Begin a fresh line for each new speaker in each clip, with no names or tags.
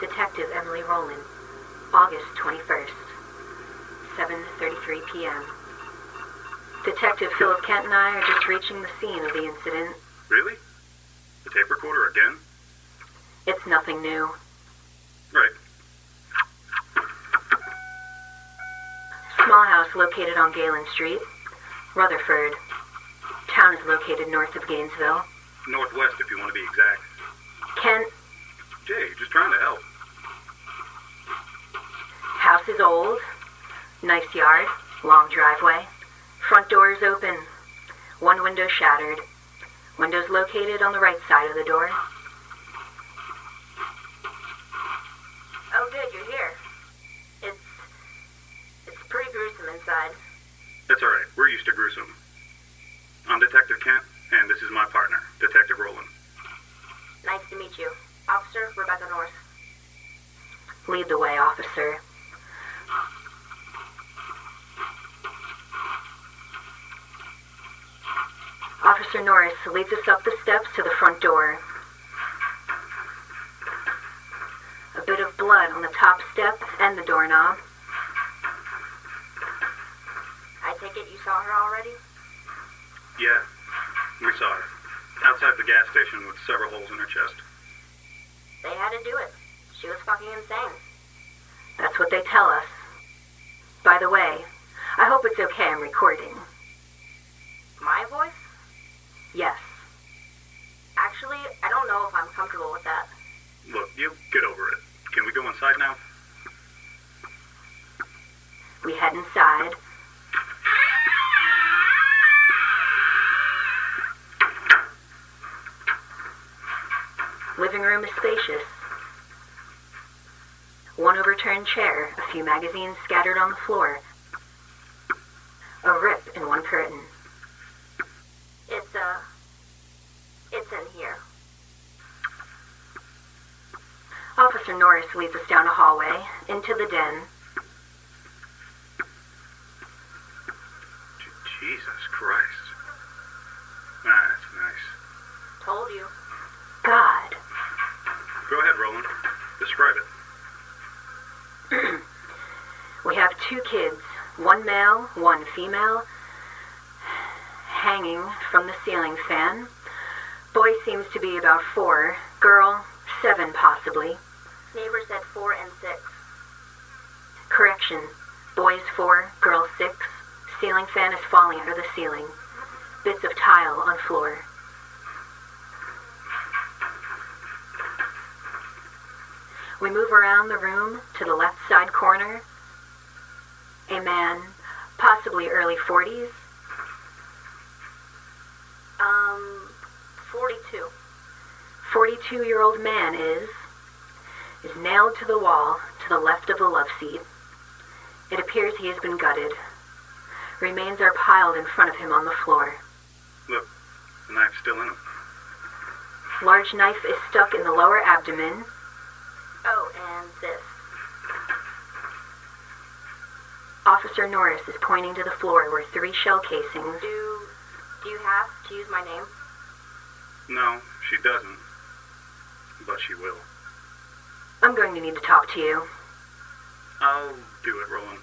Detective Emily Rowland, August 21st, 7.33 p.m. Detective Philip Kent and I are just reaching the scene of the incident.
Really? The tape recorder again?
It's nothing new.
Right.
Small house located on Galen Street, Rutherford. Town is located north of Gainesville.
Northwest, if you want to be exact.
Kent,
Jay, just trying to help.
house is old. Nice yard, long driveway. Front door is open. One window shattered. Windows located on the right side of the door. Oh, good, you're here. It's it's pretty gruesome inside.
That's all right. We're used to gruesome. I'm Detective Kent, and this is my partner, Detective Roland.
Nice to meet you. Officer Rebecca North. Lead the way, officer. Officer Norris leads us up the steps to the front door. A bit of blood on the top step and the doorknob. I take it you saw her already?
Yeah, we saw her. Outside the gas station with several holes in her chest.
They had to do it. She was fucking insane. That's what they tell us. By the way, I hope it's okay I'm recording. My voice? Yes. Actually, I don't know if I'm comfortable with that.
Look, you get over it. Can we go inside now?
We head inside. Living room is spacious. One overturned chair, a few magazines scattered on the floor, a rip in one curtain. It's, uh, it's in here. Officer Norris leads us down a hallway, into the den.
J- Jesus Christ. Ah, That's nice.
Told you. God.
Go ahead, Roland. Describe it.
We have two kids, one male, one female, hanging from the ceiling fan. Boy seems to be about four, girl, seven possibly. Neighbor said four and six. Correction. Boy is four, girl six. Ceiling fan is falling out of the ceiling. Bits of tile on floor. We move around the room to the left side corner. A man, possibly early 40s. Um, 42. 42 year old man is. is nailed to the wall to the left of the love seat. It appears he has been gutted. Remains are piled in front of him on the floor.
Look, the knife's still in him.
Large knife is stuck in the lower abdomen. Oh, and this. Officer Norris is pointing to the floor where three shell casings. Do do you have to use my name?
No, she doesn't. But she will.
I'm going to need to talk to you.
I'll do it, Roland.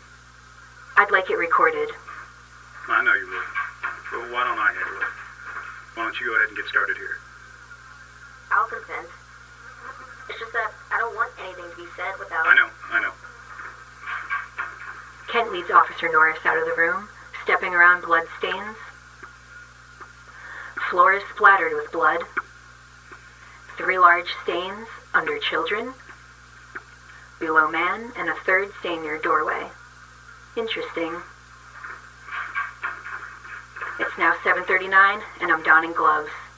I'd like it recorded.
I know you will. But why don't I handle it? Why don't you go ahead and get started here?
I'll consent. It's just that I don't want anything to be said without
I know, I know.
Kent leads Officer Norris out of the room, stepping around bloodstains. Floor is splattered with blood. Three large stains under children, below man, and a third stain near doorway. Interesting. It's now 7:39, and I'm donning gloves.